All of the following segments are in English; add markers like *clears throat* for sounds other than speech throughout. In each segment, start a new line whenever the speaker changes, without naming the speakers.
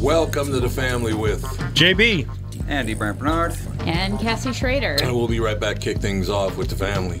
Welcome to the family with.
JB.
Andy Brant Bernard.
And Cassie Schrader.
And we'll be right back, kick things off with the family.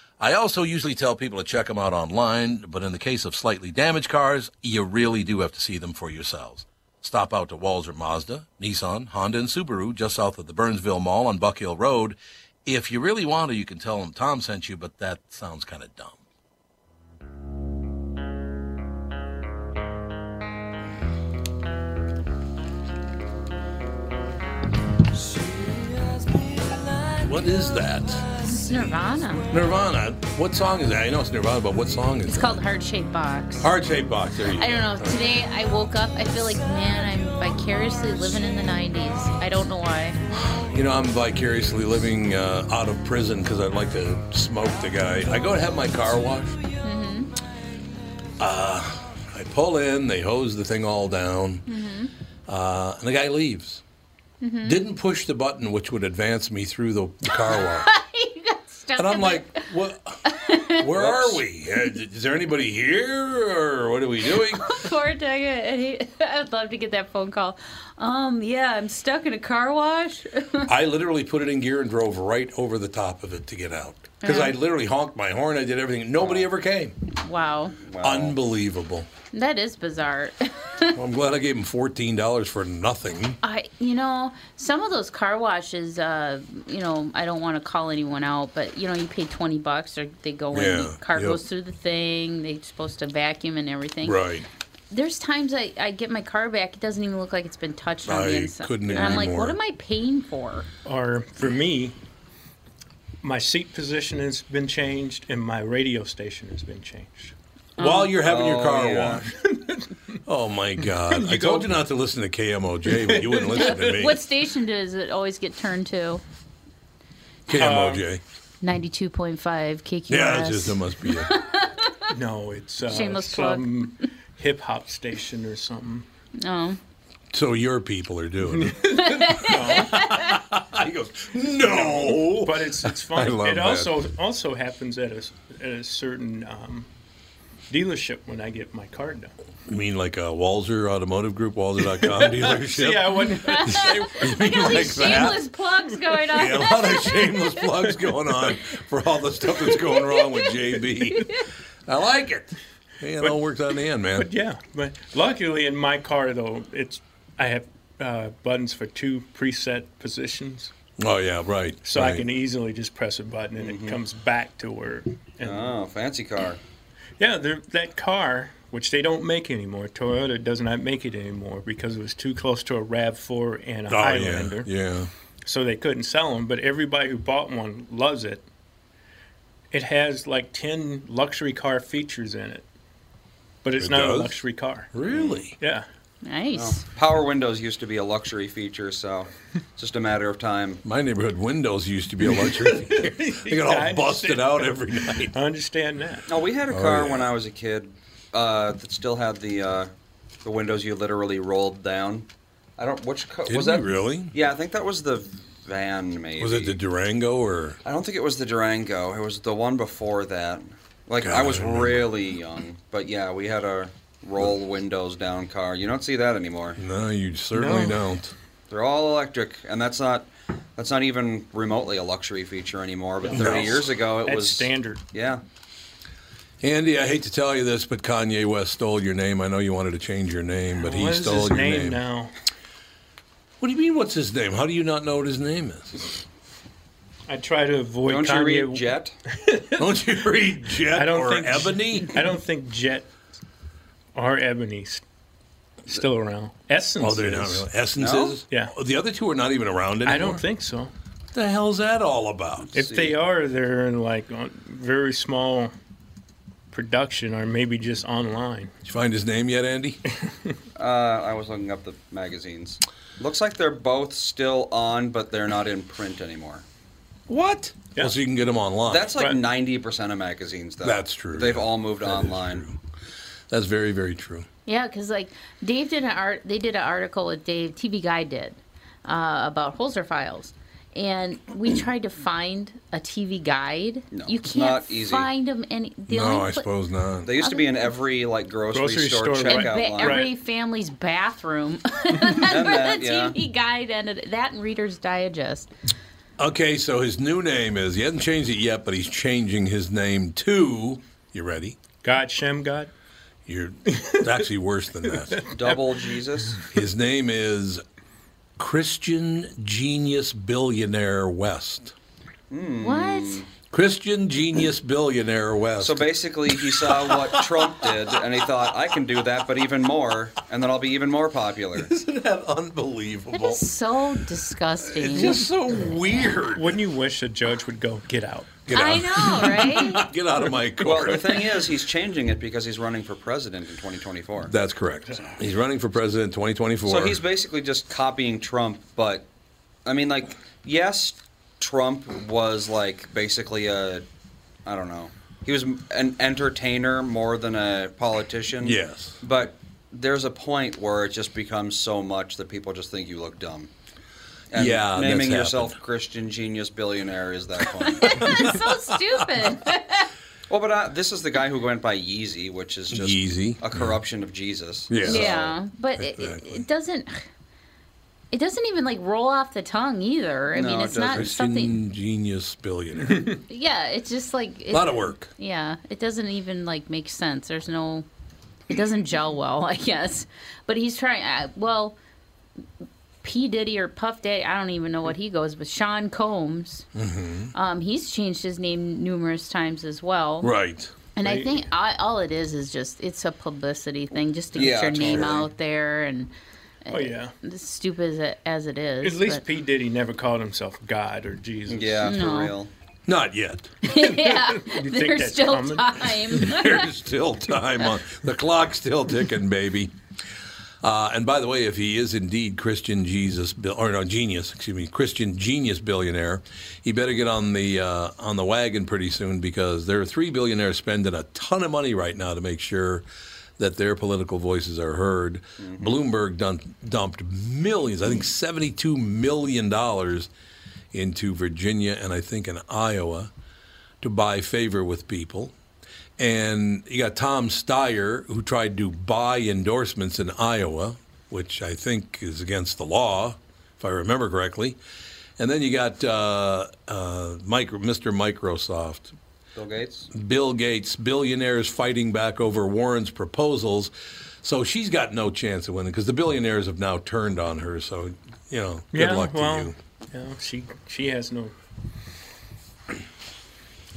I also usually tell people to check them out online, but in the case of slightly damaged cars, you really do have to see them for yourselves. Stop out to Walzer Mazda, Nissan, Honda, and Subaru just south of the Burnsville Mall on Buck Hill Road. If you really want to, you can tell them Tom sent you, but that sounds kind of dumb. What is that?
It's Nirvana.
Nirvana. What song is that? I know it's Nirvana, but what song is
It's
that?
called Heart Shaped Box.
Heart Shaped Box. There you go.
I don't know. Today I woke up. I feel like, man, I'm vicariously living in the 90s. I don't know why.
You know, I'm vicariously living uh, out of prison because I'd like to smoke the guy. I go to have my car washed. Uh, I pull in, they hose the thing all down, uh, and the guy leaves. Didn't push the button, which would advance me through the, the car wash.
you got stuck.
And I'm
*laughs* in
like, what? Where are we? Uh, Is there anybody here, or what are we doing?
the car tag, and he- *laughs* I'd love to get that phone call. Um, yeah, I'm stuck in a car wash. *laughs*
I literally put it in gear and drove right over the top of it to get out because I literally honked my horn. I did everything. Nobody ever came.
wow,
Unbelievable.
that is bizarre. *laughs*
Well, I'm glad I gave him fourteen dollars for nothing.
I, you know, some of those car washes, uh, you know, I don't want to call anyone out, but you know, you pay twenty bucks, or they go in,
Yeah,
the car
yep.
goes through the thing, they're supposed to vacuum and everything.
Right.
There's times I, I get my car back, it doesn't even look like it's been touched on
I
the inside.
couldn't
and I'm
agree
like,
more.
what am I paying for?
Or for me, my seat position has been changed and my radio station has been changed.
While you're having your car
yeah.
washed. oh my God! I told you not to listen to KMOJ, but you wouldn't listen to me.
What station does it always get turned to?
KMOJ?
Ninety-two point five KQRS.
yeah, it just it must be. It.
No, it's uh,
Shameless plug.
some hip hop station or something.
*laughs*
Oh.
so your people are doing it. he goes, no.
But
*laughs*
it's it's fun.
I love
it
that.
also also happens at a s- at a certain um, dealership when I get my car done.
You mean like a Walzer Automotive Group, Walzer.com dealership?
See, I wouldn't. *laughs*
You mean
All
like
these shameless
that?
plugs going on.
*laughs* Yeah, a lot of shameless plugs going on for all the stuff that's going wrong with JB. I like it. Hey, it all works out in the end, man.
Yeah, but luckily in my car though, it's I have uh, buttons for two preset positions,
Oh yeah, right.
so I
right. Mm-hmm.
can easily just press a button and it comes back to where. And
Oh, fancy car.
yeah, there- that car which they don't make anymore. Toyota does not make it anymore because it was too close to a RAV4 and a Highlander.
Oh, yeah.
So they couldn't sell them, but everybody who bought one loves it. It has like 10 luxury car features in it, but it's
It
not
does?
a luxury car.
Really?
Yeah.
Nice.
Power windows used to be a luxury feature, so it's just a matter of time.
My neighborhood windows used to be
*laughs*
a luxury. they got
I
all
understand.
busted out every night.
I understand that.
No, we had a car
Oh, yeah.
when I was a kid uh, that still had the uh, the windows you literally rolled down. I don't which co-
Did
was
we
that
really?
Yeah, I think that was the van. Maybe
Was it the Durango or?
I don't think it was the Durango. It was the one before that. Like
God,
I was
I remember.
really young, but yeah, we had a roll windows down car. You don't see that anymore.
No, you certainly
No.
don't.
They're all electric, and that's not that's not even remotely a luxury feature anymore. But 30
No.
years ago, it
That's
was
standard.
Yeah,
Andy, I hate to tell you this, but Kanye West stole your name. I know you wanted to change your name, but he
What is
stole
his
your
name, now?
What do you mean? What's his name? How do you not know what his name is?
I try to avoid
don't
Kanye.
you read Jet?
Don't you read Jet
I don't
or
think-
Ebony?
I don't think Jet or Ebony's still around. Essence.
Oh, they're not
is.
really essences.
Yeah.
Oh, the other two are not even around anymore.
I don't think so.
What the hell's that all about?
If
See.
they are, they're in like on very small production or maybe just online.
Did you find his name yet,
*laughs*
Andy?
Uh, I was looking up the magazines. Looks like they're both still on, but they're not in print anymore.
what?
Yeah.
Well, so you can get him online.
That's like
Right.
ninety percent of magazines, though.
That's true,
They've
yeah.
all moved
That is
online.
true. That's very, very true.
Yeah, because like Dave did an art. They did an article with Dave. TV Guy did uh, about Holzer files, and we tried to find a TV guide.
No,
you
it's
can't
not easy.
find them any. The
no,
only
I
pla-
suppose not.
They used to be in every like grocery,
Grocery store,
store,
Every,
checkout
right.
line.
every family's bathroom. *laughs*
And that,
the
yeah.
TV guide ended that and Reader's Digest.
okay, so his new name is, he hasn't changed it yet, but he's changing his name to, you ready?
God, Shem, God.
You're, it's actually worse than
*laughs*
that.
Double Jesus.
His name is Christian Genius Billionaire West.
What?
Christian Genius Billionaire West.
So basically, he saw what Trump did, and he thought, "I can do that, but even more, and then I'll be even
*laughs*
more popular."
Isn't that unbelievable?
That is so disgusting.
It's just
*laughs*
so weird.
Wouldn't you wish a judge would go get out?
Get
I
out,
know, right?
get out of my court.
Well, the thing is, he's changing it because he's running for president in 2024.
That's correct. He's running for president 2024.
So he's basically just copying Trump, but I mean, like, yes, Trump was like basically a, I don't know, he was an entertainer more than a politician.
Yes.
But there's a point where it just becomes so much that people just think you look dumb. And
Yeah, that's
naming yourself
happened.
Christian genius billionaire
*laughs*
is that point.
That's *laughs* so stupid.
well, but uh, this is the guy who went by Yeezy, which is just
Yeezy,
a corruption of Jesus.
Yeah.
So-
Yeah, but it, it,
Exactly.
it doesn't. It doesn't even like roll off the tongue either. I
No,
mean,
it
it's not
doesn't.
something.
Christian Genius
*laughs*
Billionaire.
Yeah, it's just like
A
it,
lot of work.
Yeah, it doesn't even like make sense. There's no. It doesn't gel well, *laughs* I guess. But he's trying. Uh, well, P Diddy or Puff Daddy, I don't even know what he goes. But Sean Combs,
Mm-hmm.
um, he's changed his name numerous times as well.
Right.
And I
Right.
think I, all it is is just it's a publicity thing, just to get
Yeah,
your name
totally.
out there, and
Oh yeah.
as stupid as it, as it is.
At least
but-
P Diddy never called himself God or Jesus.
Yeah,
No.
for real.
Not yet.
*laughs* yeah,
think
there's
that's
still
common? *laughs*
time.
There's still time on the clock's still ticking, baby. Uh, and by the way, if he is indeed Christian Jesus, Bill- or no, genius, excuse me, Christian genius billionaire, he better get on the uh, on the wagon pretty soon because there are three billionaires spending a ton of money right now to make sure that their political voices are heard. Bloomberg dumped, dumped millions, I think seventy-two million dollars into Virginia and I think in Iowa to buy favor with people. And you got Tom Steyer, who tried to buy endorsements in Iowa, which I think is against the law, if I remember correctly. And then you got uh, uh, micro, Mr. Microsoft,
Bill Gates.
Bill Gates, billionaires fighting back over Warren's proposals. So she's got no chance of winning because the billionaires have now turned on her. So, you know, good
yeah,
luck
well,
to you.
yeah, she she has no.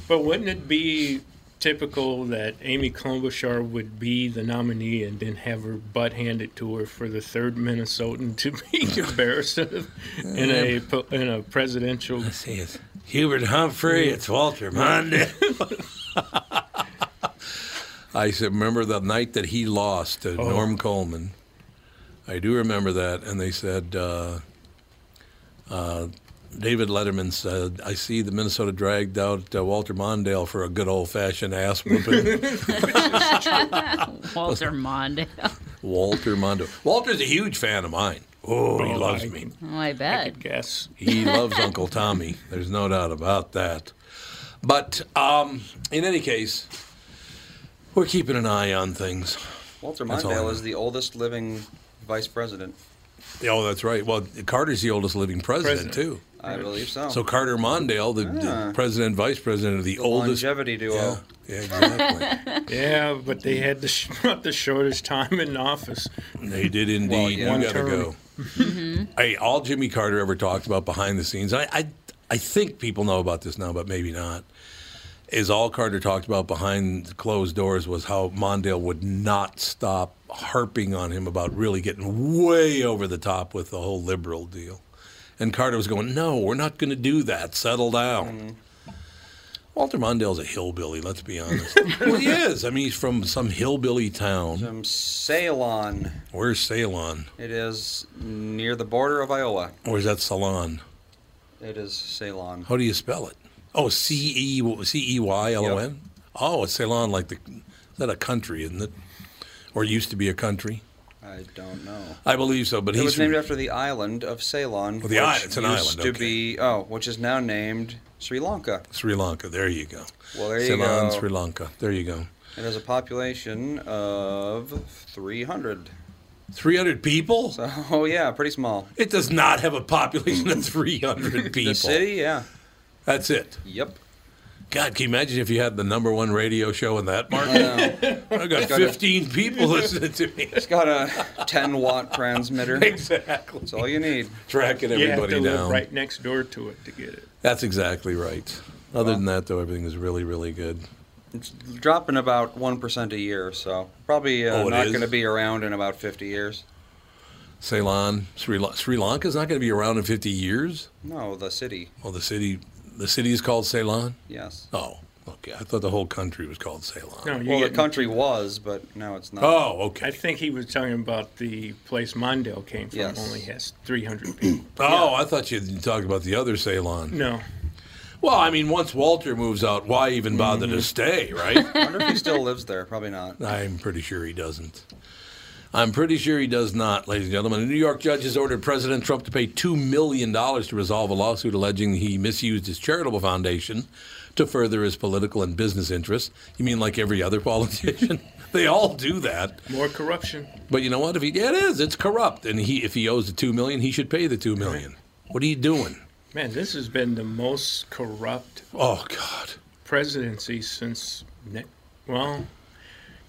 But wouldn't it be typical that Amy Klobuchar would be the nominee and then have her butt handed to her for the third Minnesotan to be *laughs* embarrassed of in a po- in a presidential.
See, it's Hubert Humphrey, it's Walter Mondale.
I said, remember the night that he lost to
Oh.
Norm Coleman. I do remember that. And they said, uh, uh, David Letterman said, I see the Minnesota dragged out uh, Walter Mondale for a good old fashioned ass
*laughs*
whooping.
Walter Mondale. *laughs*
Walter Mondale. Walter's a huge fan of mine. Oh, he loves me.
Oh, I bet.
Yes.
He loves Uncle Tommy. There's no doubt about that. But um, in any case, we're keeping an eye on things.
Walter
That's all I know.
Mondale is the oldest living vice president.
Oh, that's right. Well, Carter's the oldest living president,
President.
too.
I believe so.
So Carter Mondale, the, the president, vice president of the oldest.
longevity duo.
Yeah, yeah, exactly.
Yeah, but they had the sh- *laughs* the shortest time in office.
they did indeed.
yeah.
You got to
One
go. Hey, all Jimmy Carter ever talked about behind the scenes, I, I, I think people know about this now, but maybe not. Is all Carter talked about behind closed doors was how Mondale would not stop harping on him about really getting way over the top with the whole liberal deal. And Carter was going, No, we're not going to do that. Settle down. Walter Mondale's a hillbilly, let's be honest. well, he is. I mean, he's from some hillbilly town.
From Ceylon,
Where's Ceylon?
it is near the border of Iowa.
Or is that Ceylon?
It is Ceylon.
How do you spell it? Oh, C E C E Y L O N. Oh, it's Ceylon, like the is that a country, isn't it? Or used to be a country.
I don't know.
I believe so, but
It
he's
was named
from-
after the island of Ceylon,
the
which
island- it's an
used
island,
to
okay.
be oh, which is now named Sri Lanka.
Sri Lanka. There you go.
Well, there you
Ceylon,
go.
Sri Lanka. There you go.
It has a population of 300.
Three hundred people.
Oh yeah, pretty small.
it does not have a population of three hundred people.
*laughs* The city, yeah.
That's it.
Yep.
God, can you imagine if you had the number one radio show in that market? *laughs* I got fifteen people listening to me. *laughs*
It's got a 10 watt transmitter. That's
Exactly.
all you need.
Tracking
You have to
everybody
live
down.
right next door to it to get it.
That's exactly right. Other than that, though, everything is really, really good.
It's dropping about 1% a year, so probably uh,
Oh, it
not
is?
going to be around in about 50 years.
Ceylon, Sri, La- Sri Lanka's not going to be around in 50 years.
No, the city.
Well, the city, the city is called Ceylon.
Yes.
Oh, okay. I thought the whole country was called Ceylon.
No, you
Well, the
get-
country was, but now it's not.
Oh,
I
okay.
think he was talking about the place Mondale came from.
Yes.
Only has 300 people.
Oh, I thought you talked about the other Ceylon.
No.
Well, I mean, once Walter moves out, why even bother
Mm-hmm.
to stay,
I
right?
wonder if he
*laughs*
still lives there. Probably not.
I'm pretty sure he doesn't. I'm pretty sure he does not, ladies and gentlemen. A New York judge has ordered President Trump to pay $2 million to resolve a lawsuit alleging he misused his charitable foundation to further his political and business interests. You mean like every other *laughs* politician? they all do that.
More corruption.
But you know what? If he, yeah, it is. It's corrupt. And he, if he owes the $2 million, he should pay the $2 million. What are you doing?
Man, this has been the most corrupt
Oh, God.
presidency since, Ne- well,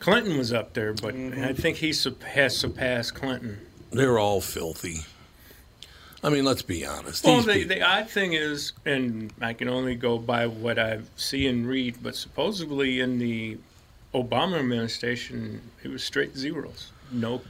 Clinton was up there, but I think he sup- has surpassed Clinton.
They're all filthy. I mean, let's be honest.
Well,
These
the,
people-
the odd thing is, and I can only go by what I see and read, but supposedly in the Obama administration, it was straight zeros. No,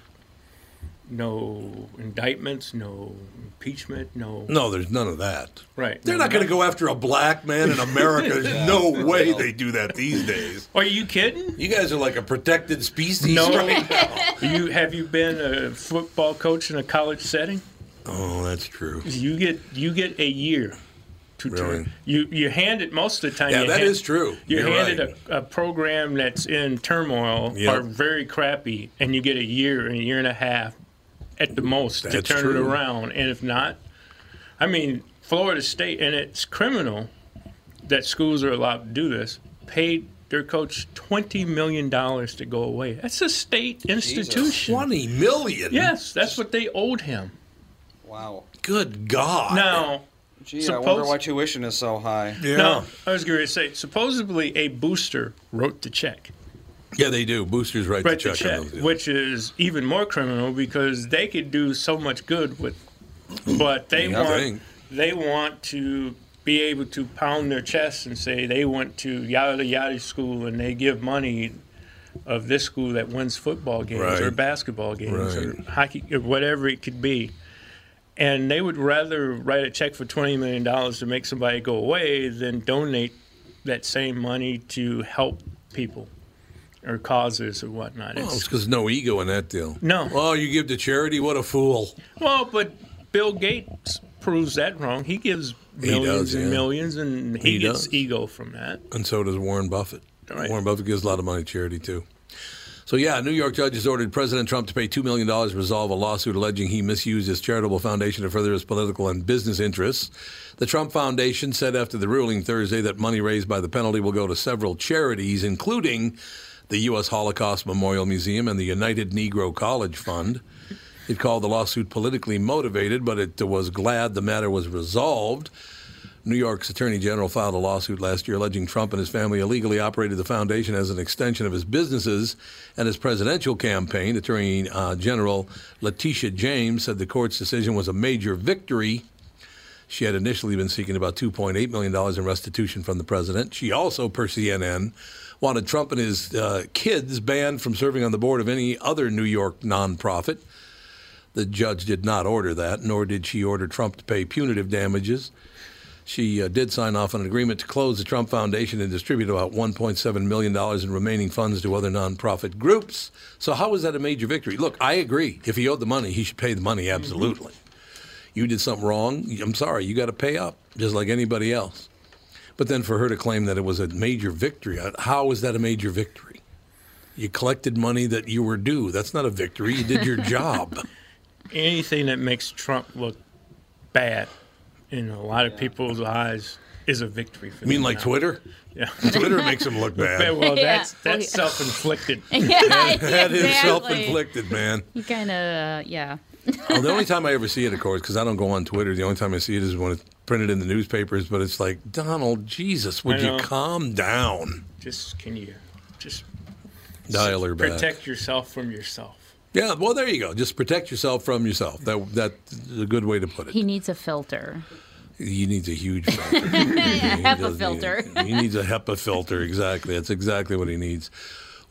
no indictments, no impeachment, no.
no, there's none of that.
Right.
They're
no,
not going to go after a black man in *laughs* America. There's no way they do that these days.
Are you kidding?
You guys are like a protected species.
No. *laughs* you have you been a football coach in a college setting?
Oh, that's true.
You get you get a year. To
Really?
turn. You you hand it most of the time.
Yeah,
you
that
hand-
is true.
You're,
You're
handed
right.
a, a program that's in turmoil
Yep.
or very crappy, and you get a year and a year and a half at the most to
That's
turn it
true.
around. And if not, I mean, Florida State, and it's criminal that schools are allowed to do this, paid their coach $20 million to go away. That's a state institution.
20 million?
Yes, that's what they owed him.
Wow.
Good God.
Now,
Gee, I wonder
Suppose-
why tuition is so high.
Yeah.
now, I was going to say, supposedly a booster wrote the check.
Yeah, they do. Boosters write
Right
the
to
check.
check,
on those deals.
which is even more criminal because they could do so much good with, but they
Yeah, I
want
think.
they want to be able to pound their chest and say they went to yada yada school and they give money of this school that wins football games or
Right.
basketball games or
Right.
hockey or whatever it could be. And they would rather write a check for $20 million to make somebody go away than donate that same money to help people or causes or whatnot.
Well,
It's-
Oh, it's because no ego in that deal.
No.
Oh, you give to charity? What a fool.
Well, but Bill Gates proves that wrong. He gives millions
does,
and
yeah.
millions, and he,
He
gets
does.
ego from that.
And so does Warren Buffett.
Right.
Warren Buffett gives a lot of money to charity, too. So, yeah, New York judges ordered President Trump to pay $2 million to resolve a lawsuit alleging he misused his charitable foundation to further his political and business interests. The Trump Foundation said after the ruling Thursday that money raised by the penalty will go to several charities, including the U.S. Holocaust Memorial Museum and the United Negro College Fund. It called the lawsuit politically motivated, but it was glad the matter was resolved. New York's attorney general filed a lawsuit last year alleging Trump and his family illegally operated the foundation as an extension of his businesses and his presidential campaign. Attorney uh, General Letitia James said the court's decision was a major victory. She had initially been seeking about $2.8 million in restitution from the president. She also, per CNN, wanted Trump and his uh, kids banned from serving on the board of any other New York nonprofit. The judge did not order that, nor did she order Trump to pay punitive damages. She uh, did sign off on an agreement to close the Trump Foundation and distribute about $1.7 million in remaining funds to other nonprofit groups. So, how is that a major victory? Look, I agree. If he owed the money, he should pay the money, absolutely. You did something wrong. I'm sorry. You got to pay up, just like anybody else. But then for her to claim that it was a major victory, uh, how is that a major victory? You collected money that you were due. That's not a victory. You did your job.
Anything that makes Trump look bad in a lot of people's eyes is a victory for
I mean,
them
like
now.
Twitter?
Yeah.
Twitter makes him look
Yeah,
bad.
well,
*laughs* Yeah.
that's
Well,
that's
*laughs*
self-inflicted.
yeah,
That
exactly.
is self-inflicted, man.
You kind of, uh, yeah.
Oh, the only time I ever see it, of course, because I don't go on Twitter. The only time I see it is when it's printed in the newspapers. But it's like, Donald, Jesus, would
I
you
know.
calm down?
Just can you just
Dial her back.
protect yourself from yourself?
Yeah, well, there you go. Just protect yourself from yourself. That that's a good way to put it.
He needs a filter.
He needs a
*laughs*
huge filter. He
HEPA
does need
filter.
it. he needs a HEPA filter. Exactly. That's exactly what he needs.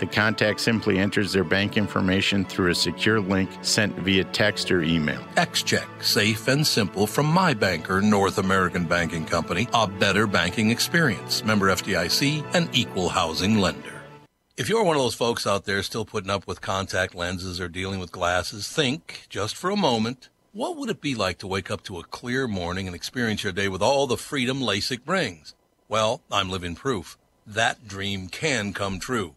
the contact simply enters their bank information through a secure link sent via text or email.
XCheck, safe and simple from my banker, North American Banking Company, a better banking experience. Member FDIC, an equal housing lender. If you're one of those folks out there still putting up with contact lenses or dealing with glasses, think just for a moment what would it be like to wake up to a clear morning and experience your day with all the freedom LASIK brings? Well, I'm living proof. That dream can come true.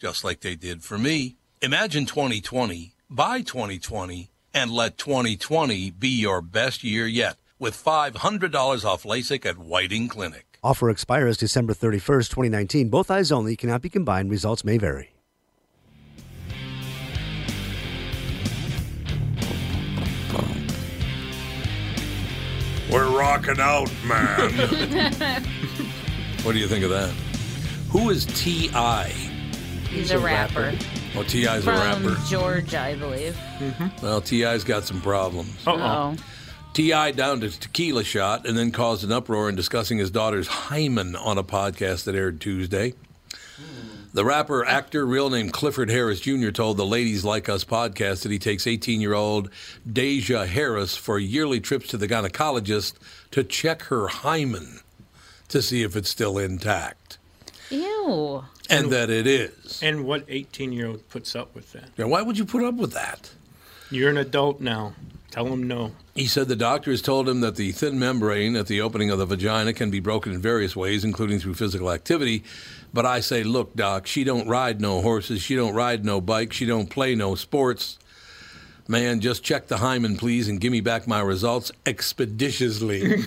just like they did for me. Imagine 2020, buy 2020, and let 2020 be your best year yet with $500 off LASIK at Whiting Clinic.
Offer expires December 31st, 2019. Both eyes only cannot be combined. Results may vary.
We're rocking out,
*laughs*
man.
What do you think of that? Who is T.I.?
He's, a rapper.
Oh, Well, T.I.'s a
From
rapper.
Georgia, I believe.
Well, T.I.'s got some problems.
Uh-oh.
T.I. downed a tequila shot and then caused an uproar in discussing his daughter's hymen on a podcast that aired Tuesday. The rapper, actor, real name Clifford Harris Jr., told the Ladies Like Us podcast that he takes 18 year old Deja Harris for yearly trips to the gynecologist to check her hymen to see if it's still intact.
Ew.
And that it is.
And what 18 year old puts up with that?
Now, why would you put up with that?
You're an adult now. Tell him no.
He said the doctor has told him that the thin membrane at the opening of the vagina can be broken in various ways, including through physical activity. But I say, look, doc, she don't ride no horses, she don't ride no bike, she don't play no sports. Man, just check the hymen, please, and give me back my results expeditiously.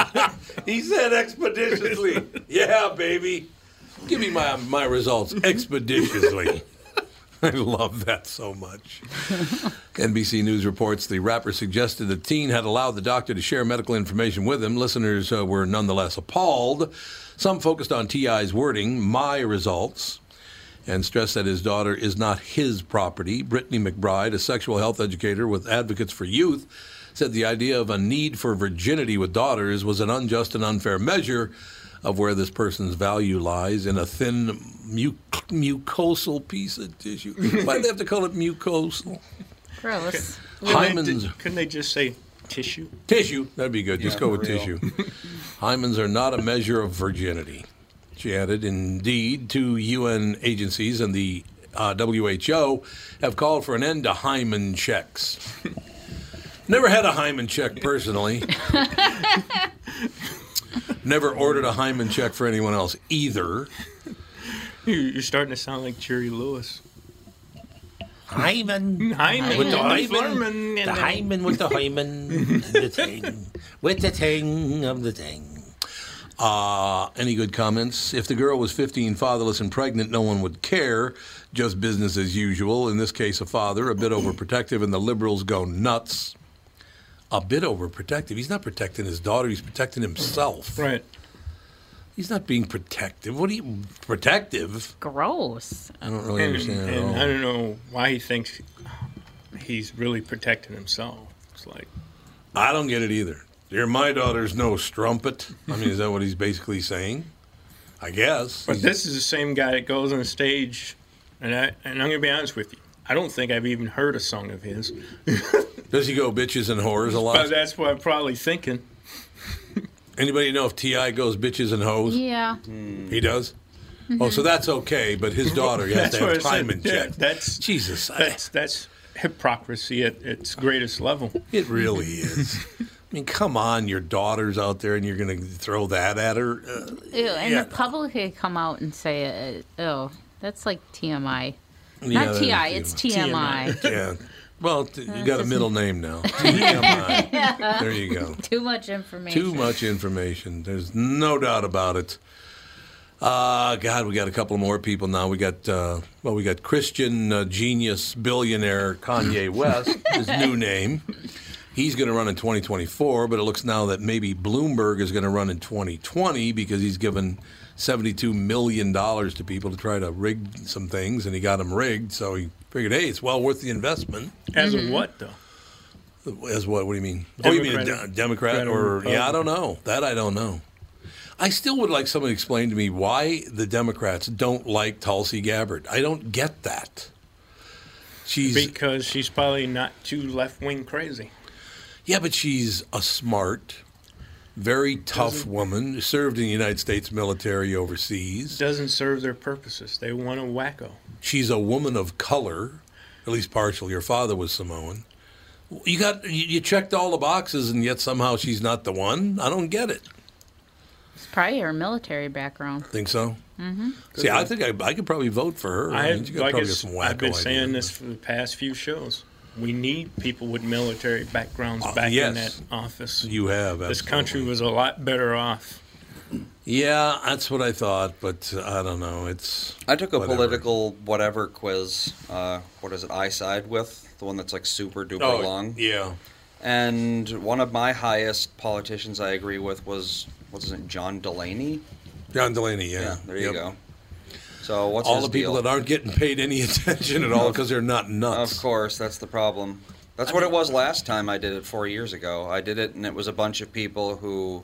*laughs* he said expeditiously. Yeah, baby. Give me my, my results expeditiously. *laughs* I love that so much. NBC News reports the rapper suggested the teen had allowed the doctor to share medical information with him. Listeners uh, were nonetheless appalled. Some focused on T.I.'s wording, my results, and stressed that his daughter is not his property. Brittany McBride, a sexual health educator with Advocates for Youth, said the idea of a need for virginity with daughters was an unjust and unfair measure of where this person's value lies in a thin mu- mucosal piece of tissue. Why do they have to call it mucosal?
Gross.
Couldn't they,
Hymens.
ju- couldn't they just say tissue? *laughs*
Tissue. That'd be good. Just
Yeah,
go
for
with
real.
tissue.
*laughs*
Hymens are not a measure of virginity. She added, indeed, two UN agencies and the uh, WHO have called for an end to hymen
*laughs*
checks. Never had a hymen check
*laughs*
personally. Never ordered a hymen check for anyone else either.
You- You're starting to sound like Jerry Lewis.
Hymen.
Hyman.
With the
Hyman.
hymen. The hymen with the hymen. and the thing. With the thing of the thing.
Uh, any good comments? If the girl was 15, fatherless, and pregnant, no one would care. Just business as usual. In this case, a father, a bit overprotective, and the liberals go nuts. A bit overprotective. He's not protecting his daughter, he's protecting himself.
Right.
He's not being protective. What are you. Protective?
Gross.
I don't really
And,
understand at
and
all.
I don't know why he thinks he's really protecting himself. It's like,
I don't get it either. You're my daughter's no strumpet. I mean, is that what he's basically saying? I guess.
but this is the same guy that goes on stage, and I and I'm gonna be honest with you. I don't think I've even heard a song of his,
Does he go bitches and whores a
but
lot?
that's what I'm probably thinking.
Anybody know if T.I. goes bitches and hoes?
Yeah. Mm-hmm.
He does. Oh, so that's okay, but his daughter has
That's
to
what I
have
said.
time in
Yeah,
check.
that's-
Jesus. I-
That's that's hypocrisy at its greatest level.
it really is. I mean, come on, your daughter's out there, and you're going to throw that at her. Uh,
Ew, and
Yeah.
the public could come out and say it. Oh, that's like TMI.
yeah,
Not
that
TI,
is-
it's Uh, TMI.
yeah. Well, t- you got a middle name now. TMI. There you go.
*laughs* Too much information.
Too much information. There's no doubt about it. Uh, God, we got a couple more people now. We got uh, well, we got Christian uh, genius billionaire Kanye West, his new name. He's going to run in 2024, but it looks now that maybe Bloomberg is going to run in 2020 because he's given 72 million dollars to people to try to rig some things, and he got them rigged. So he figured, hey, it's well worth the investment.
As of what though?
As what? What do you mean? Oh, you mean a de-
Democratic-
Democrat
Democrat
or
or
yeah? I don't know. That I don't know. I still would like someone to explain to me why the Democrats don't like Tulsi Gabbard. I don't get that. She's
Because she's probably not too left wing crazy.
yeah, but she's a smart, very tough woman. Served in the United States military overseas.
Doesn't serve their purposes. They want a wacko.
she's a woman of color, at least partially. Her father was Samoan. You got you you checked all the boxes, and yet somehow she's not the one. I don't get it.
It's probably her military background.
Think so? Mm-hmm. See, I think I, I could probably vote for her.
I,
I mean,
have
you got
like
probably
I
got
s-
some
I've
wacko
been
ideas.
saying this for the past few shows. We need people with military backgrounds
Uh,
back in
yes.
that office.
You have
this country
absolutely.
was a lot better off.
Yeah, that's what I thought, but uh, I don't know. It's
I took a
whatever.
political whatever quiz. Uh, what is it? I side with the one that's like super duper
Oh,
long.
yeah.
And one of my highest politicians I agree with was what's his name? John Delaney.
John Delaney. Yeah,
Yeah, there you
Yep.
go. So what's
all
his
the people
deal?
that aren't getting paid any *laughs* attention at all because they're not
Of
nuts.
course, that's the problem. That's what it was last time I did it four years ago. I did it, and it was a bunch of people who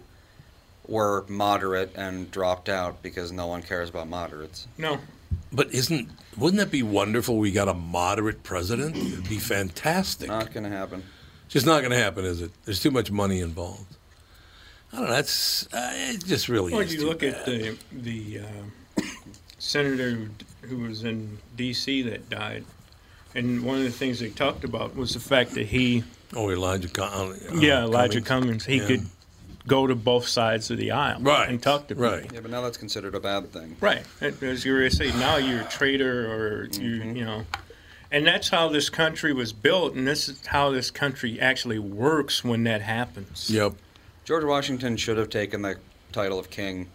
were moderate and dropped out because no one cares about moderates.
No,
But isn't wouldn't that be wonderful? We got a moderate president. It'd be fantastic.
Not going to happen.
Just not going to happen, is it? There's too much money involved. I don't know. That's uh, it. Just really.
Well,
is
you
too
look at
bad.
the the uh, senator who d- who was in D.C. that died, and one of the things they talked about was the fact that he,
oh Elijah. Con- uh,
yeah, Elijah
Cummings.
Cummings, he
yeah.
could go to both sides of the aisle
Right.
and talk to people.
Right.
Yeah, but now that's considered a bad thing.
Right. And As you were saying, now you're a traitor or you you know. And that's how this country was built, and this is how this country actually works when that happens.
Yep.
George Washington should have taken the title of
*laughs*
king.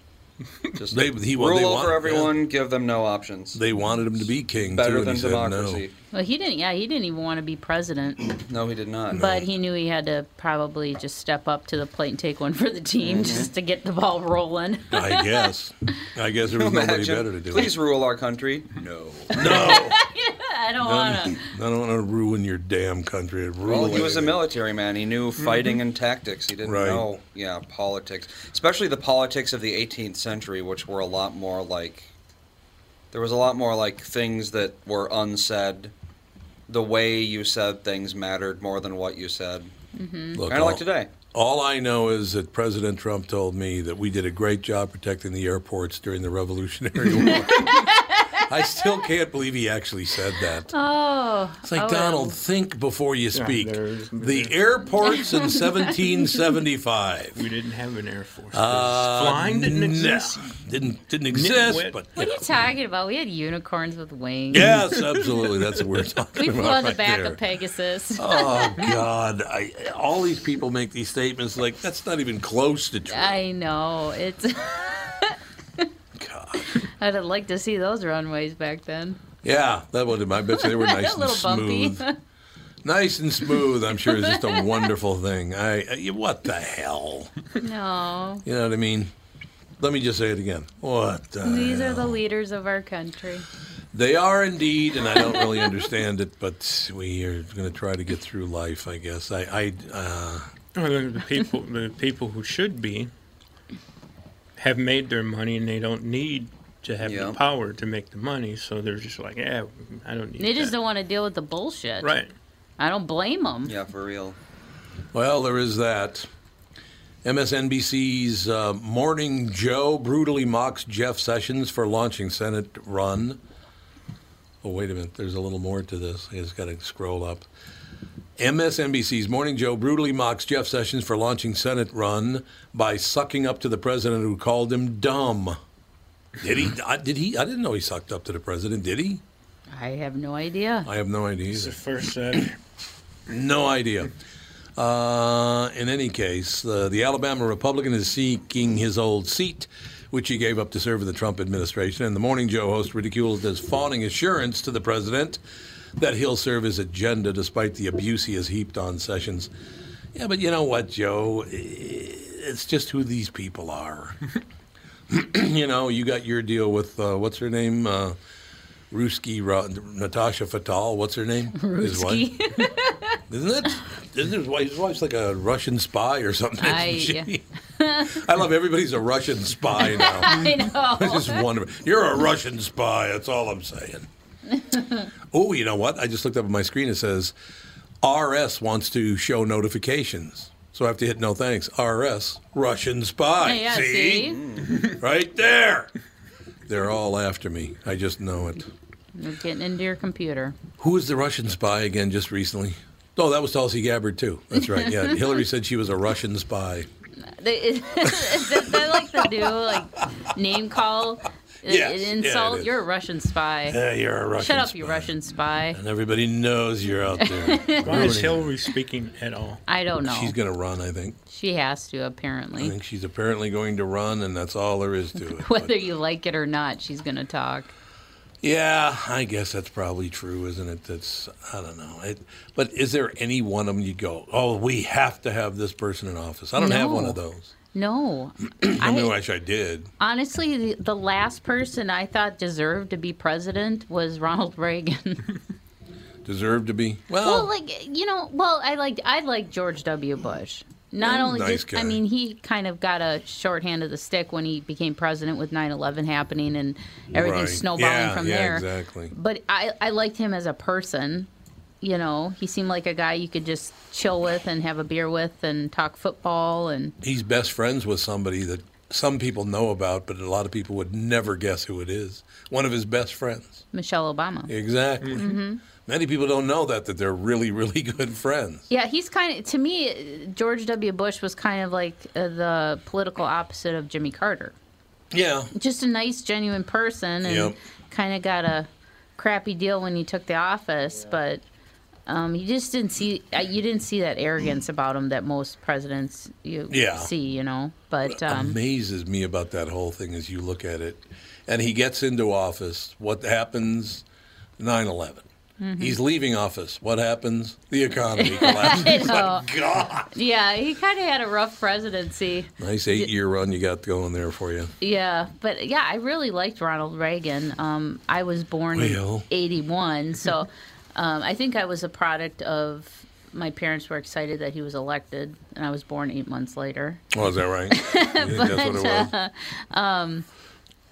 Just
They- he- well,
rule
they want-
over
yeah.
everyone, give them no options.
They wanted him to be king. too,
Better
and
than
he said
democracy.
Well, he didn't. Yeah, he didn't even want to be president,
No. he did not.
but he knew he had to probably just step up to the plate and take one for the team
Mm-hmm.
just to get the ball rolling. *laughs*
No. I guess. I guess there was nobody
*laughs* Imagine.
better to do
Please
it.
rule our country.
No. No.
I don't want to.
I don't want to ruin your damn country. I'd Ruin
Well, he was a
it.
military man. He knew fighting and tactics. He didn't
Mm-hmm. Right.
know, yeah, politics, especially the politics of the 18th century, which were a lot more like. There was a lot more like things that were unsaid. The way you said things mattered more than what you said.
Look,
Kind of like
all-
today.
All I know is that President Trump told me that we did a great job protecting the airports during the Revolutionary *laughs* War. I still can't believe he actually said that.
Oh,
It's like,
oh,
Donald, think before you speak.
there's-
the airports in 1775.
*laughs* We didn't have an air force. Flying didn't
Uh, No,
exist.
didn't, didn't exist,
Nitwit.
but.
What are you talking about? We had unicorns with wings.
*laughs* Yes, absolutely. That's what we're talking
*laughs* We
about.
flew on the
right
back
there.
of Pegasus.
Oh God! I, all these people make these statements like that's not even close to true.
*laughs* I know. It's. *laughs*
God.
I'd have liked to see those runways back then.
Yeah, that wasn't my bitch. They were nice
*laughs* a
and
little bumpy.
smooth. Nice and smooth. I'm sure is just a wonderful thing. I, I what the hell?
*laughs* no.
You know what I mean? Let me just say it again. What? The
These
hell?
are the leaders of our country.
They are indeed, and I don't really understand it, but we are going to try to get through life, I guess. I, I uh,
Well, the the people, the people who should be, have made their money, and they don't need to have
Yeah.
the power to make the money. So they're just like, yeah, I don't need.
They just
that."
don't want to deal with the bullshit.
Right.
I don't blame them.
Yeah, for real.
well, there is that. MSNBC's uh, Morning Joe brutally mocks Jeff Sessions for launching Senate run. Oh, wait a minute. There's a little more to this. I just got to scroll up. MSNBC's Morning Joe brutally mocks Jeff Sessions for launching Senate run by sucking up to the president who called him dumb. Did he? I, did he? I didn't know he sucked up to the president. Did he?
I have no idea.
I have no idea.
It's the
Either.
first. Uh,
No idea. Uh, in any case, uh, the Alabama Republican is seeking his old seat, which he gave up to serve in the Trump administration. And the Morning Joe host ridiculed his fawning assurance to the president that he'll serve his agenda despite the abuse he has heaped on Sessions. Yeah, but you know what, Joe? It's just who these people are. *clears throat* you know, you got your deal with, uh, what's her name? Uh, Ruski, Ra- Natasha Fatal. What's her name? His wife.
Ruski.
Isn't it? Isn't his wife? His wife's like a Russian spy or something. *laughs*
I-
isn't she? I love everybody's a Russian spy
*laughs*
now.
*laughs* I know.
*laughs* This is wonderful. You're a Russian spy. That's all I'm
*laughs*
saying. oh, you know what? I just looked up at my screen. It says RS wants to show notifications. So I have to hit no thanks. RS, Russian spy.
Yeah,
see?
see?
Right there. They're all after me. I just know it.
You're getting into your computer.
Who was the Russian spy again just recently? Oh, that was Tulsi Gabbard too. That's right.
*laughs*
Yeah, Hillary said she was a Russian spy.
They, *laughs* is that they like to do like name call,
*laughs* Yes.
an
Yeah, it
insult?
is.
You're a Russian spy.
Yeah, you're a Russian.
Shut up,
spy.
you Russian spy.
And everybody knows you're out
*laughs*
there.
why is Hillary speaking at all?
I don't know.
She's going to run. I think.
she has to
I
apparently.
think she's apparently going to run, and that's all there is to it.
*laughs* Whether
But-
you like it or not, she's gonna talk.
yeah, I guess that's probably true, isn't it? That's I don't know. It, but is there any one of them you go? Oh, we have to have this person in office. I don't have one
No.
of those.
No, *clears throat*
I, mean, I wish I did.
honestly, the, the last person I thought deserved to be president was Ronald *laughs* Reagan.
Deserved to be. Well,
well, like you know, well, I liked I liked George W. Bush. Not only
Mm, Nice
just, I
guy.
mean, he kind of got a shorthand of the stick when he became president with 9/11 happening and everything
right.
snowballing
yeah,
from
yeah,
there.
Exactly.
But I I liked him as a person. You know, he seemed like a guy you could just chill with and have a beer with and talk football and
He's best friends with somebody that some people know about, but a lot of people would never guess who it is. One of his best friends.
Michelle Obama.
Exactly. Many people don't know that that they're really, really *laughs* good friends.
Yeah, he's kind of to me. George W. Bush was kind of like uh, the political opposite of Jimmy Carter.
Yeah.
Just a nice, genuine person, and
Yep.
kind of got a crappy deal when he took the office. But um, you just didn't see uh, you didn't see that arrogance about him that most presidents you
Yeah.
see, you know. But um,
amazes me about that whole thing as you look at it. And he gets into office. What happens? 9 11. He's leaving office. What happens? The economy collapses. My God.
yeah, he kind of had a rough presidency.
Nice eight year run you got going there for you.
Yeah, but yeah, I really liked Ronald Reagan. Um, I was born
Well.
in '81, so um, I think I was a product of my parents were excited that he was elected, and I was born eight months later.
Oh, is that right? You think that's what it was?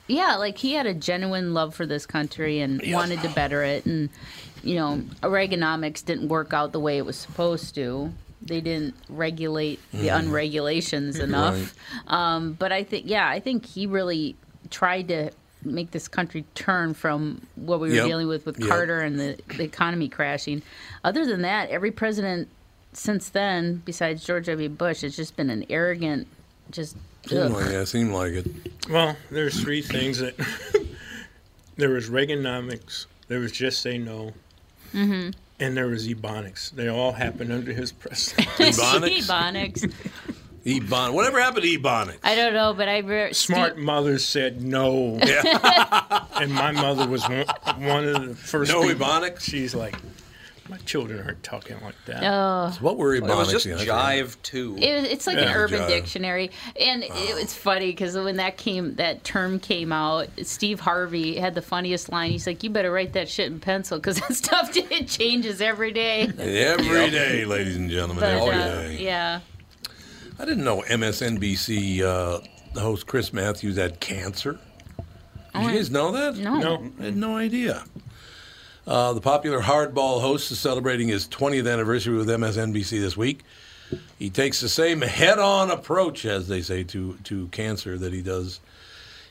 Yeah, like he had a genuine love for this country and wanted to better it, and you know, Reaganomics didn't work out the way it was supposed to. They didn't regulate the unregulations enough.
Mm-hmm.
Um,
Right.
but I think yeah, I think he really tried to make this country turn from what we were
Yep.
dealing with with
Yep.
Carter and the, the economy crashing. Other than that, every president since then, besides George W. Bush, has just been an arrogant, just
Seemed like,
ugh.
yeah, seemed like it.
Well, there's three things that *laughs* there was Reaganomics, there was Just Say No, and there was Ebonics. They all happened under his presidency.
*laughs*
Ebonics?
Ebonics.
Ebon. Whatever happened to Ebonics?
I don't know, but I re-
Smart
Steve-
mothers said no, *laughs* and my mother was one, one of the first.
No
people-
Ebonics?
She's like, my children aren't talking like that.
Oh,
What were Ebonics?
It was just
yeah, that's right.
Jive Two.
it, was- it's like
Yeah.
an Urban
Jive.
Dictionary, and it, it's funny because when that came, that term came out. Steve Harvey had the funniest line. He's like, "You better write that shit in pencil because that *laughs* stuff it changes every day."
Every day, ladies and gentlemen.
But,
every
uh,
day.
yeah.
I didn't know MSNBC uh, host Chris Matthews had cancer. Did you guys know that?
Oh, No.
No,
I had no idea. Uh, the popular hardball host is celebrating his 20th anniversary with MSNBC this week. He takes the same head-on approach, as they say, to to cancer that he does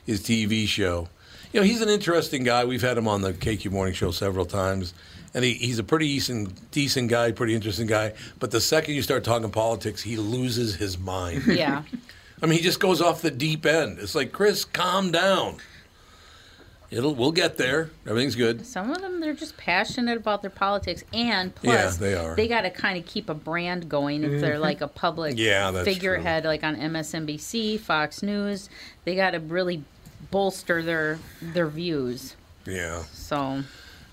his TV show. You know, he's an interesting guy. We've had him on the KQ Morning Show several times, and he, he's a pretty decent decent guy, pretty interesting guy. But the second you start talking politics, he loses his mind.
Yeah.
I mean, he just goes off the deep end. It's like, Chris, calm down. It'll, we'll get there. Everything's good.
Some of them they're just passionate about their politics and plus
Yeah, they are.
got to kind of keep a brand going if they're like a public
Yeah, that's
figurehead like on MSNBC, Fox News. They got to really bolster their their views.
Yeah,
So,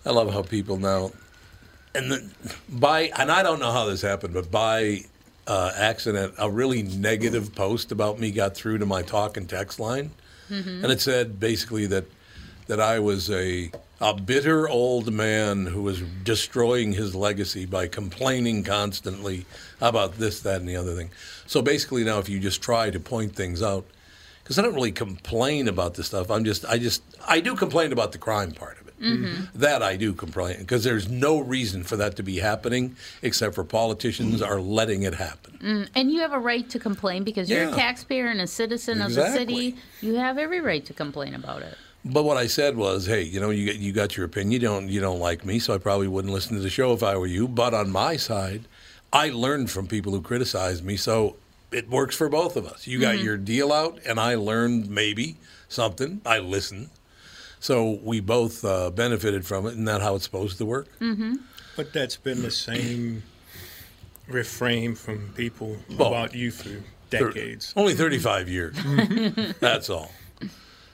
I love how people now, and the, by and I don't know how this happened, but by uh, accident, a really negative post about me got through to my talk and text line, and it said basically that that I was a a bitter old man who was destroying his legacy by complaining constantly about this, that, and the other thing. So basically, now if you just try to point things out, because I don't really complain about this stuff. I'm just, I just, I do complain about the crime part of it. That I do complain because there's no reason for that to be happening except for politicians are letting it happen.
and you have a right to complain because you're
Yeah.
a taxpayer and a citizen of the
Exactly.
city. You have every right to complain about it.
But what I said was, hey, you know, you you got your opinion. You don't you don't like me, so I probably wouldn't listen to the show if I were you. But on my side, I learned from people who criticized me, so it works for both of us. You got your deal out, and I learned maybe something. I listened, so we both uh, benefited from it. Isn't that how it's supposed to work?
but that's been the same refrain from people
Well,
about you for decades.
Only 35 years. *laughs* That's all.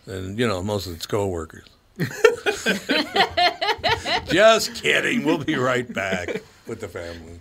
And, you know, most of it's coworkers. *laughs* Just kidding. We'll be right back with the family.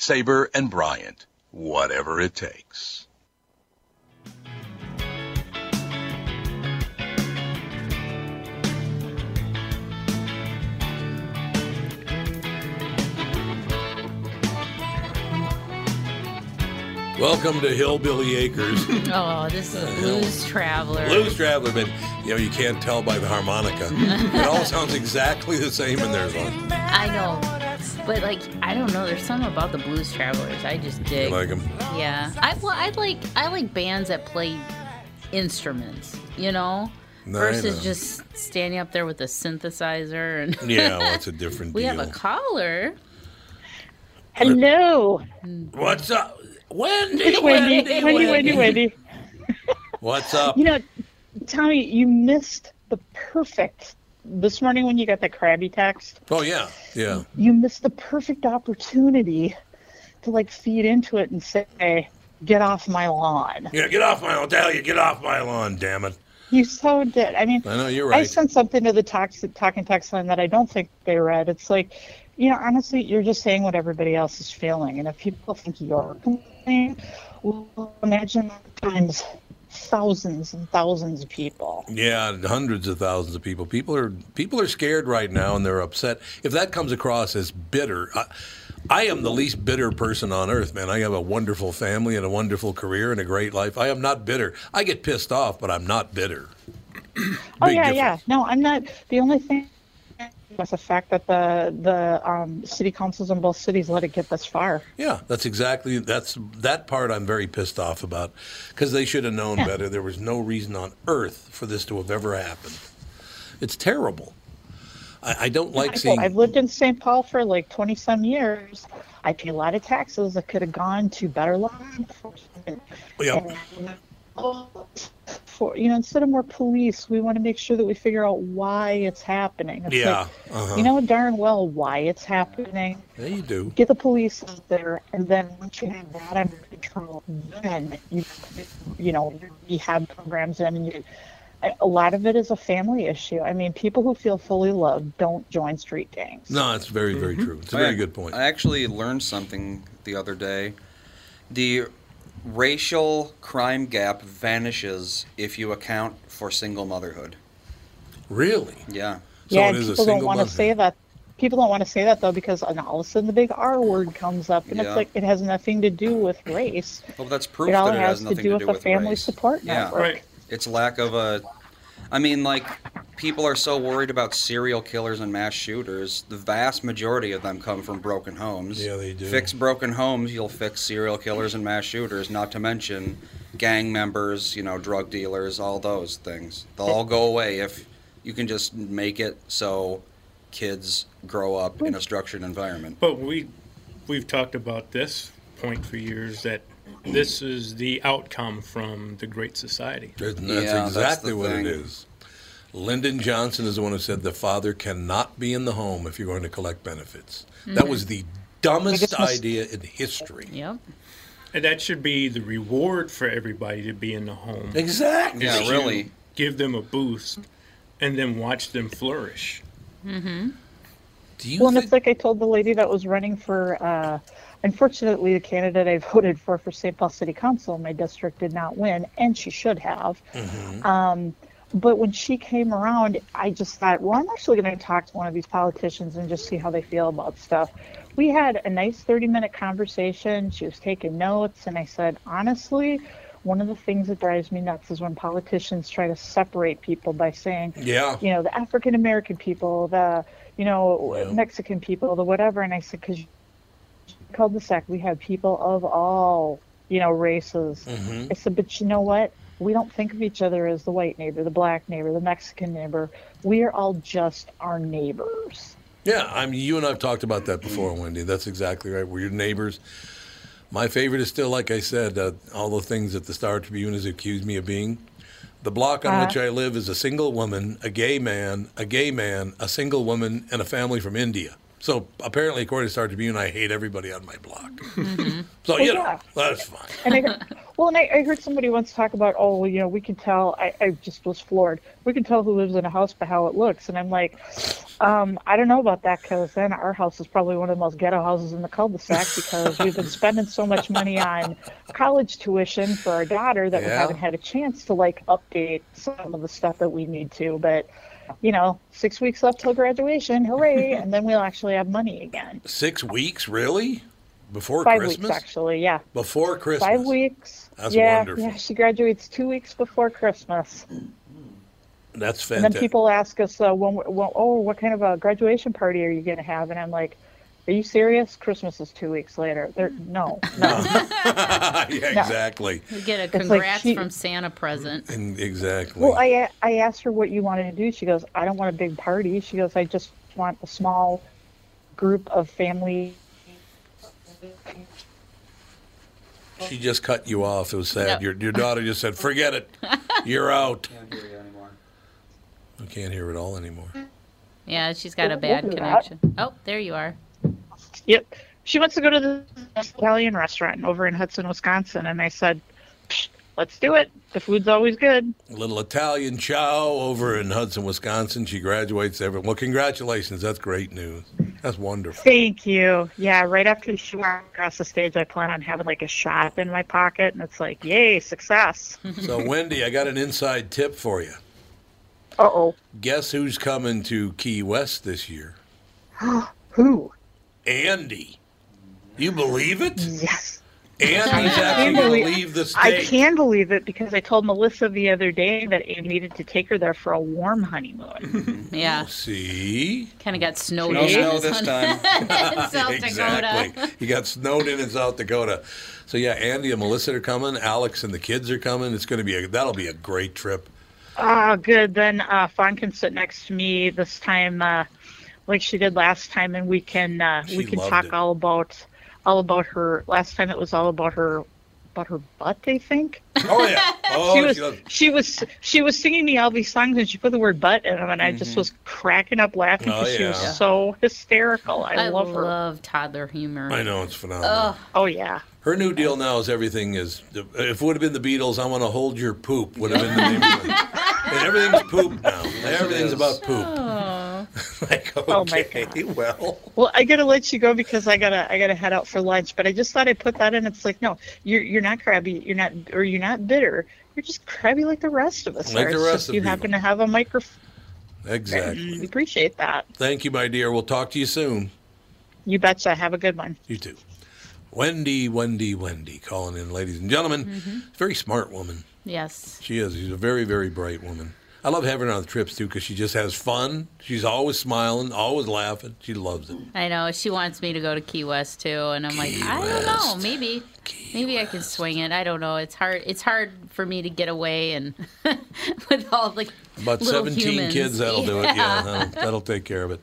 Sabre and Bryant, whatever it takes. Welcome to Hillbilly Acres.
Oh, this is Blues Traveler.
Blues Traveler, but you know, you can't tell by the harmonica. it all sounds exactly the same in their song.
I know. But like, I don't know. There's something about the Blues Travelers I just dig.
You like 'em?
yeah. I well, I like I like bands that play instruments. You know,
No, I
versus
know.
just standing up there with a synthesizer
*laughs*
and.
Yeah, well, it's a different
*laughs* We
deal.
have a caller.
Hello.
What's up? Wendy,
It's
*laughs*
Wendy. Wendy, Wendy, Wendy.
What's up? *laughs*
You know, Tommy, you missed the perfect. This morning when you got that Krabby text,
Oh, yeah, yeah.
you missed the perfect opportunity to like feed into it and say, "Get off my lawn."
Yeah, get off my lawn. Tell you, get off my lawn, damn it.
You so did. I mean,
I know, you're
I
right.
sent something to the toxic talking text line that I don't think they read. It's like, you know, honestly, you're just saying what everybody else is feeling, and if people think you're complaining, well, imagine times thousands and thousands of people.
Yeah, hundreds of thousands of people. People are people are scared right now, and they're upset. If that comes across as bitter, I, I am the least bitter person on earth, man. I have a wonderful family and a wonderful career and a great life. I am not bitter. I get pissed off, but I'm not bitter.
Oh
Big
yeah,
difference.
yeah. No, I'm not. The only thing was the fact that the the um, city councils in both cities let it get this far.
Yeah, that's exactly that's that part I'm very pissed off about because they should have known better. There was no reason on earth for this to have ever happened. It's terrible. I, I don't like
Well,
seeing.
I've lived in St. Paul for like 20 some years. I pay a lot of taxes. I could have gone to better law enforcement.
Yeah.
For you know, instead of more police, we want to make sure that we figure out why it's happening. It's
Yeah, uh-huh.
like, you know darn well why it's happening.
Yeah, you do.
Get the police out there, and then once you have that under control, then you you know you have programs in. And you, a lot of it is a family issue. I mean, people who feel fully loved don't join street gangs.
No, it's very, very
Mm-hmm.
true. It's a very good point.
I actually learned something the other day. The racial crime gap vanishes if you account for single motherhood.
Really?
Yeah.
So
yeah,
it
and
is a
people don't
single
want to
mother.
say that. People don't want to say that though because uh, all of a sudden the big R word comes up, and
Yeah.
it's like it has nothing to do with race.
Well, that's proof
it all
that it has
has, to
nothing
do with the family
race.
support
Yeah.
network.
Right.
It's lack of a. I mean, like, people are so worried about serial killers and mass shooters. The vast majority of them come from broken homes.
Yeah, they do.
Fix broken homes, you'll fix serial killers and mass shooters, not to mention gang members, you know, drug dealers, all those things. They'll all go away if you can just make it so kids grow up in a structured environment.
But we we've talked about this point for years that this is the outcome from the Great Society.
That's, that's
Yeah, that's
exactly
the
what
thing.
it is. Lyndon Johnson is the one who said the father cannot be in the home if you're going to collect benefits.
Mm-hmm.
That was the dumbest idea in history.
Yep.
And that should be the reward for everybody to be in the home.
Exactly. *laughs*
Yeah,
Is you
really.
Give them a boost and then watch them flourish.
Mm-hmm.
Do you
Well, and
think
it's like I told the lady that was running for, uh, unfortunately, the candidate I *laughs* voted for for St. Paul City Council, my district did not win, and she should have. Um, but when she came around, I just thought, well, I'm actually going to talk to one of these politicians and just see how they feel about stuff. We had a nice 30 minute conversation. She was taking notes, and I said, honestly, one of the things that drives me nuts is when politicians try to separate people by saying,
Yeah.
you know, the African American people, the, you know,
Yeah.
Mexican people, the whatever. And I said, because called the sec, we have people of all, you know, races.
Mhm.
I said, but you know what? We don't think of each other as the white neighbor, the black neighbor, the Mexican neighbor. We are all just our neighbors.
Yeah, I mean, you and I've talked about that before, Wendy. That's exactly right. We're your neighbors. My favorite is still, like I said, uh, all the things that the Star Tribune has accused me of being. The block on
Uh-huh.
which I live is a single woman, a gay man, a gay man, a single woman, and a family from India. So apparently, according to Star Tribune, I hate everybody on my block.
Mm-hmm.
so
Well,
you know,
yeah.
that's fine.
And I heard, well, and I, I heard somebody once talk about, oh, well, you know, we can tell. I, I just was floored. We can tell who lives in a house by how it looks. And I'm like, um, I don't know about that because then our house is probably one of the most ghetto houses in the cul-de-sac because we've been spending so much money on college tuition for our daughter that we
Yeah.
haven't had a chance to like update some of the stuff that we need to. But you know, six weeks left till graduation, hooray! and then we'll actually have money again.
Six weeks, really? Before
Five
Christmas?
weeks actually, yeah.
Before Christmas.
Five weeks.
That's
yeah,
wonderful.
Yeah, she graduates two weeks before Christmas.
That's
And then
fantastic.
people ask us, uh, when, when, oh, what kind of a graduation party are you going to have? And I'm like, are you serious? Christmas is two weeks later. They're, no, no.
yeah, exactly.
You get a
It's like
congrats
she-
from Santa present.
And exactly.
well, I, I asked her what you wanted to do. She goes, I don't want a big party. She goes, I just want a small group of family.
She just cut you off. It was sad. Your, your daughter just said, "Forget
*laughs*
it, you're out."
Can't hear you anymore.
I can't hear it all anymore.
Yeah, she's got a
Look
bad
at that.
connection. Oh, there you are.
Yep. She wants to go to the Italian restaurant over in Hudson, Wisconsin. And I said, "Psh, let's do it. The food's always good.
A little Italian chow over in Hudson, Wisconsin. She graduates. Everyone, well, congratulations. That's great news. That's wonderful.
Thank you. Yeah, right after she walked across the stage, I plan on having like a shot in my pocket, and it's like, yay, success.
So, Wendy, I got an inside tip for you.
Uh oh.
Guess who's coming to Key West this year?
Who?
Andy. You believe it?
Yes.
Andy's actually going to leave the
I
state.
can believe it because I told Melissa the other day that I needed to take her there for a warm honeymoon.
Yeah,
See?
kind of got snowed
No
in.
snow
on *laughs*
this
one. in South
exactly.
Dakota.
He got snowed in in South Dakota. So yeah, Andy and Melissa are coming. Alex and the kids are coming. It's going to be a, that'll be a great trip.
Ah, good. Then uh, Fawn can sit next to me this time, uh, like she did last time, and we can uh,
She
we can
loved
talk
it.
all about all about her. Last time it was all about her about her butt, I think.
Oh
*laughs*
yeah. Oh,
she was
she loves-
she was she was singing me all these songs and she put the word butt in them and I just was cracking up laughing
Mm-hmm. Oh,
because she
yeah.
was so hysterical. I,
I
love her.
love toddler humor.
I know it's phenomenal.
Ugh.
Oh yeah.
Her new deal now is everything is. If it would have been the Beatles, I want to hold your poop would have been the name. of it. And everything's poop now. *laughs* Everything's about poop. Like okay,
Oh, my
well.
Well, I gotta let you go because I gotta I gotta head out for lunch. But I just thought I'd put that in. It's like no, you're you're not crabby. You're not or you're not bitter. You're just crabby like the rest of us.
Like
are.
the
It's
rest
just
of
you
people.
happen to have a microphone.
Exactly.
We appreciate that.
Thank you, my dear. We'll talk to you soon.
You betcha. Have a good one.
You too. Wendy, Wendy, Wendy, calling in, ladies and gentlemen. Very smart woman.
Yes.
She is. She's a very, very bright woman. I love having her on the trips too because she just has fun. She's always smiling, always laughing. She loves it.
I know. She wants me to go to Key West too, and I'm like, I don't know, maybe. Maybe I can swing it. I don't know. It's hard. It's hard for me to get away and *laughs* with all the
About
little
17
humans.
kids, that'll do it. Yeah, that'll, that'll take care of it.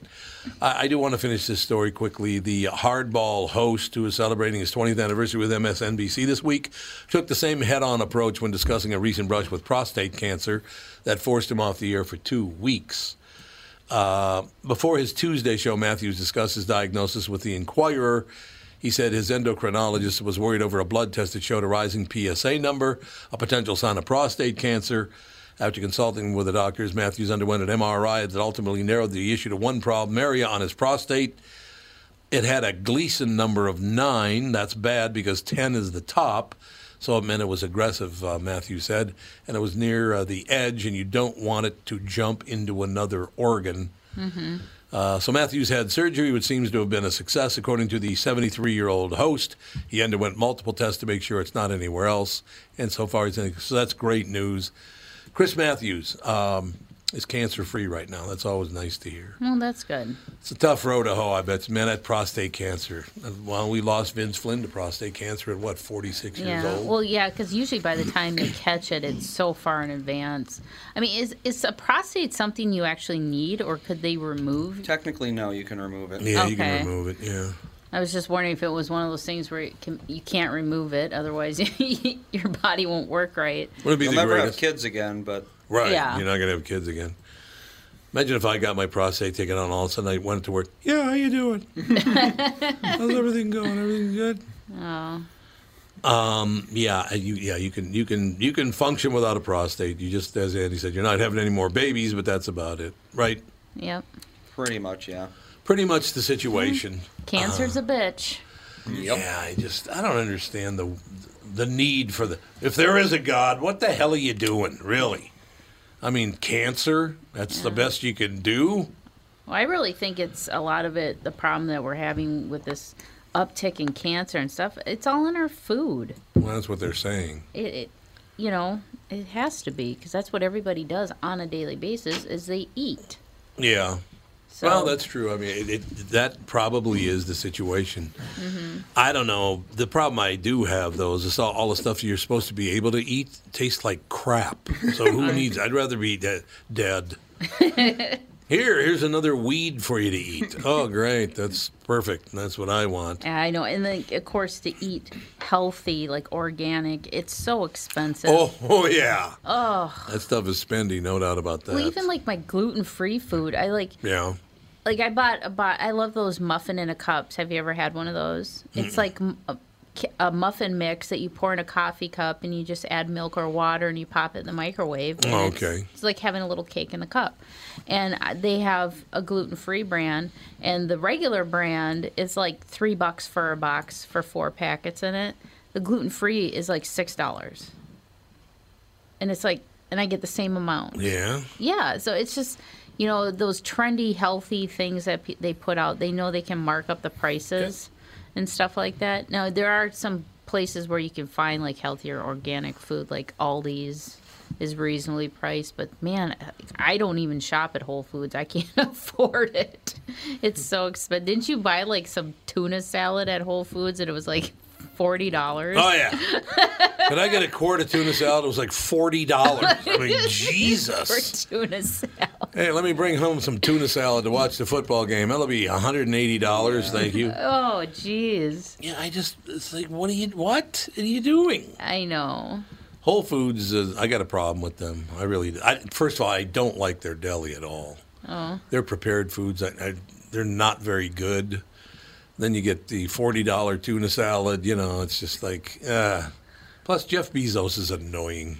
I, I do want to finish this story quickly. The hardball host, who is celebrating his 20th anniversary with MSNBC this week, took the same head on approach when discussing a recent brush with prostate cancer that forced him off the air for two weeks. Uh, before his Tuesday show, Matthews discussed his diagnosis with the Inquirer. He said his endocrinologist was worried over a blood test that showed a rising PSA number, a potential sign of prostate cancer. After consulting with the doctors, Matthews underwent an MRI that ultimately narrowed the issue to one problem area on his prostate. It had a Gleason number of nine. That's bad because 10 is the top. So it meant it was aggressive, uh, Matthew said. And it was near uh, the edge, and you don't want it to jump into another organ.
Mm-hmm.
Uh, so Matthews had surgery, which seems to have been a success, according to the 73-year-old host. He underwent multiple tests to make sure it's not anywhere else, and so far he's in, so that's great news. Chris Matthews um, is cancer-free right now. That's always nice to hear.
Well, that's good.
It's a tough road to hoe, I bet. Man, that prostate cancer. Well, we lost Vince Flynn to prostate cancer at what, 46 years
Yeah.
old?
Well, yeah, because usually by the time they catch it, it's so far in advance. I mean, is is a prostate something you actually need, or could they remove?
Technically, no, you can remove it.
yeah, you
okay.
can remove it. Yeah.
I was just wondering if it was one of those things where it can, you can't remove it, otherwise *laughs* your body won't work right.
Would it be
You'll
the
never
greatest?
have kids again, but
Right.
Yeah.
You're not going to have kids again. Imagine if I got my prostate taken out and all of a sudden I went to work. Yeah, how you doing? How's everything going? Everything good?
Oh,
Um, yeah, you, yeah, you can, you can, you can function without a prostate. You just, as Andy said, you're not having any more babies, but that's about it, right?
yep.
pretty much, yeah.
Pretty much the situation. Uh.
Cancer's a bitch.
Yeah, I just, I don't understand the, the need for the. If there is a God, what the hell are you doing, really? I mean, cancer. That's the best you can do.
Well, I really think it's a lot of it. The problem that we're having with this uptick in cancer and stuff, it's all in our food.
Well, that's what they're saying.
It, it you know, it has to be because that's what everybody does on a daily basis is they eat.
Yeah.
So-
well, that's true. I mean, it, it, that probably is the situation.
Mm-hmm.
I don't know. The problem I do have though is it's all, all the stuff you're supposed to be able to eat tastes like crap. So
*laughs*
who needs? I'd rather be de- dead. Here, here's another weed for you to eat. Oh, great! That's perfect. That's what I want.
Yeah, I know. And then, of course, to eat healthy, like organic, it's so expensive.
Oh, oh yeah.
Oh.
That stuff is spendy, no doubt about that.
Well, even like my gluten-free food, I like
yeah.
like I bought a bought I love those muffin in a cups. Have you ever had one of those? It's
Mm-mm.
like m- a, ki- a muffin mix that you pour in a coffee cup and you just add milk or water and you pop it in the microwave. and
Oh,
it's-
okay.
It's like having a little cake in a cup. And uh, they have a gluten-free brand and the regular brand is like 3 bucks for a box for four packets in it. The gluten-free is like $6. And it's like and I get the same amount.
Yeah.
Yeah, so it's just you know those trendy healthy things that pe- they put out. They know they can mark up the prices and stuff like that. Now there are some places where you can find like healthier organic food, like Aldi's is reasonably priced. But man, I don't even shop at Whole Foods. I can't *laughs* afford it. It's so expensive. Didn't you buy like some tuna salad at Whole Foods and it was like forty dollars?
Oh yeah. Could I get a quart of tuna salad? It was like forty dollars. I mean, Jesus.
For tuna salad.
Hey, let me bring home some tuna salad to watch the football game. That'll be one hundred and eighty dollars. Thank you.
Oh, jeez.
Yeah, I just it's like what are you what are you doing?
I know.
Whole Foods, is, I got a problem with them. I really. I, first of all, I don't like their deli at all.
Oh.
Their prepared foods, I, I, they're not very good. Then you get the forty dollar tuna salad. You know, it's just like. Uh, plus, Jeff Bezos is
*laughs*
annoying.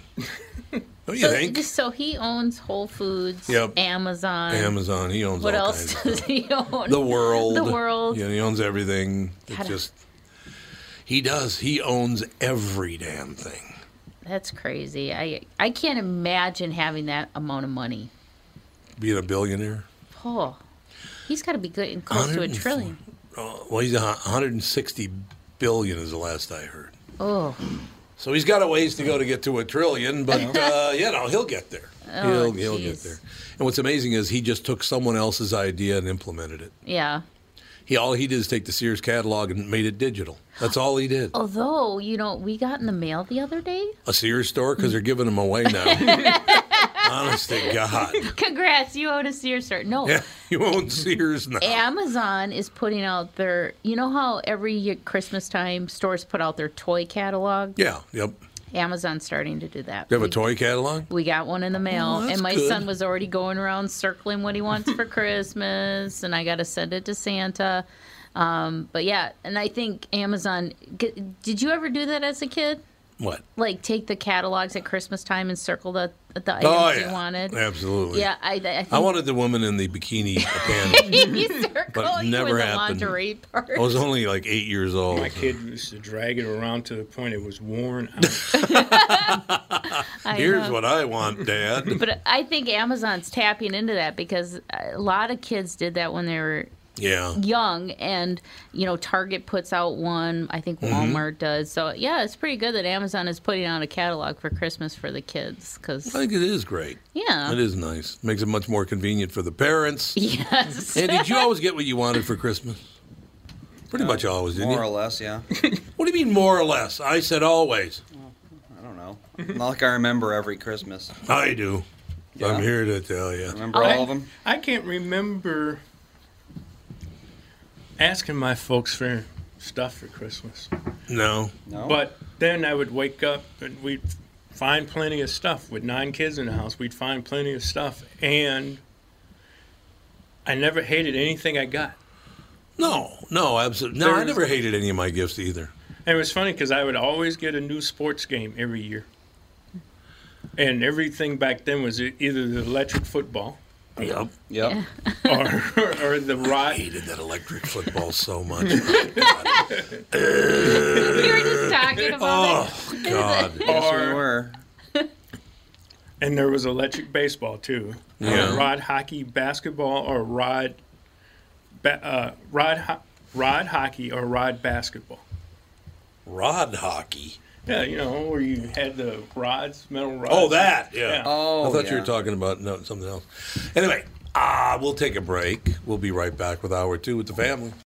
Don't you
so,
think?
So he owns Whole Foods,
Yep.
Amazon.
Amazon, he owns
What
all
else
kinds.
does he *laughs* own?
the world.
The world.
Yeah, he owns everything. It's
God, I-
just he does. He owns every damn thing.
That's crazy. I I can't imagine having that amount of money.
Being a billionaire.
Oh, he's got to be good and close to a
104.
trillion.
Oh, well, he's a hu- 160 billion is the last I heard.
Oh,
So he's got a ways to go to get to a trillion,
*laughs*
but uh, you know he'll get there. he'll
Oh,
he'll get
jeez.
there. And what's amazing is he just took someone else's idea and implemented it.
yeah.
He all he did is take the Sears catalog and made it digital. That's all he did.
Although, you know, we got in the mail the other day. *laughs*
A Sears store because they're giving them away now. Honest to God,
Congrats, you own a Sears store. No.
yeah, you own Sears now.
Amazon is putting out their, you know how every year Christmas time stores put out their toy catalog?
Yeah, yep.
Amazon's starting to do that.
You have a toy catalog.
We got one in the mail,
Oh, that's
and my
good.
son was already going around circling what he wants
*laughs*
for Christmas, and I got to send it to Santa. Um, but yeah, and I think Amazon. g- Did you ever do that as a kid?
What?
Like take the catalogs at Christmas time and circle the the items
Oh
you
yeah,
wanted.
absolutely.
Yeah, I. I, think
I wanted the woman in the
*laughs*
bikini panel.
he circled
But
*laughs* you
never
in the
happened.
lingerie part.
I was only like eight years old.
My kid used to drag it around to the point it was worn out.
I
Here's
know.
what I want, Dad.
But I think Amazon's tapping into that because a lot of kids did that when they were
yeah.
young and you know target puts out one i think
Mm-hmm.
walmart does so yeah it's pretty good that amazon is putting out a catalog for christmas for the kids because
I think it is great.
yeah
It is nice. Makes it much more *laughs* convenient for the parents.
*laughs* yes
And did you always get what you wanted for Christmas? Pretty much always, didn't
More or
you?
less, yeah.
What do you mean more or less? I said always.
I don't know. Not like I remember every Christmas.
I do. I'm here to tell you.
Remember all of them?
I can't remember asking my folks for stuff for Christmas.
No.
No.
But then I would wake up and we'd find plenty of stuff. With nine kids in the house, we'd find plenty of stuff. And I never hated anything I got.
No. No, absolutely. No, I
There's-
never hated any of my gifts either.
And it was funny because I would always get a new sports game every year. And everything back then was e- either the electric football
Yep.
yep.
or, or the rod.
Hated that electric football so much.
*laughs* we were just talking about
oh God.
Yes, we
Or-
were.
And there was electric baseball too.
Yeah.
Or Rod hockey, basketball, or rod, ba- uh, rod, ho- rod hockey, or rod basketball.
Rod hockey.
Yeah, you know where you had the rods, metal rods.
Oh, that. Yeah.
Yeah.
Oh,
I thought you
yeah.
were talking about no, something else. Anyway, ah, we'll take a break. We'll be right back with hour two with the family.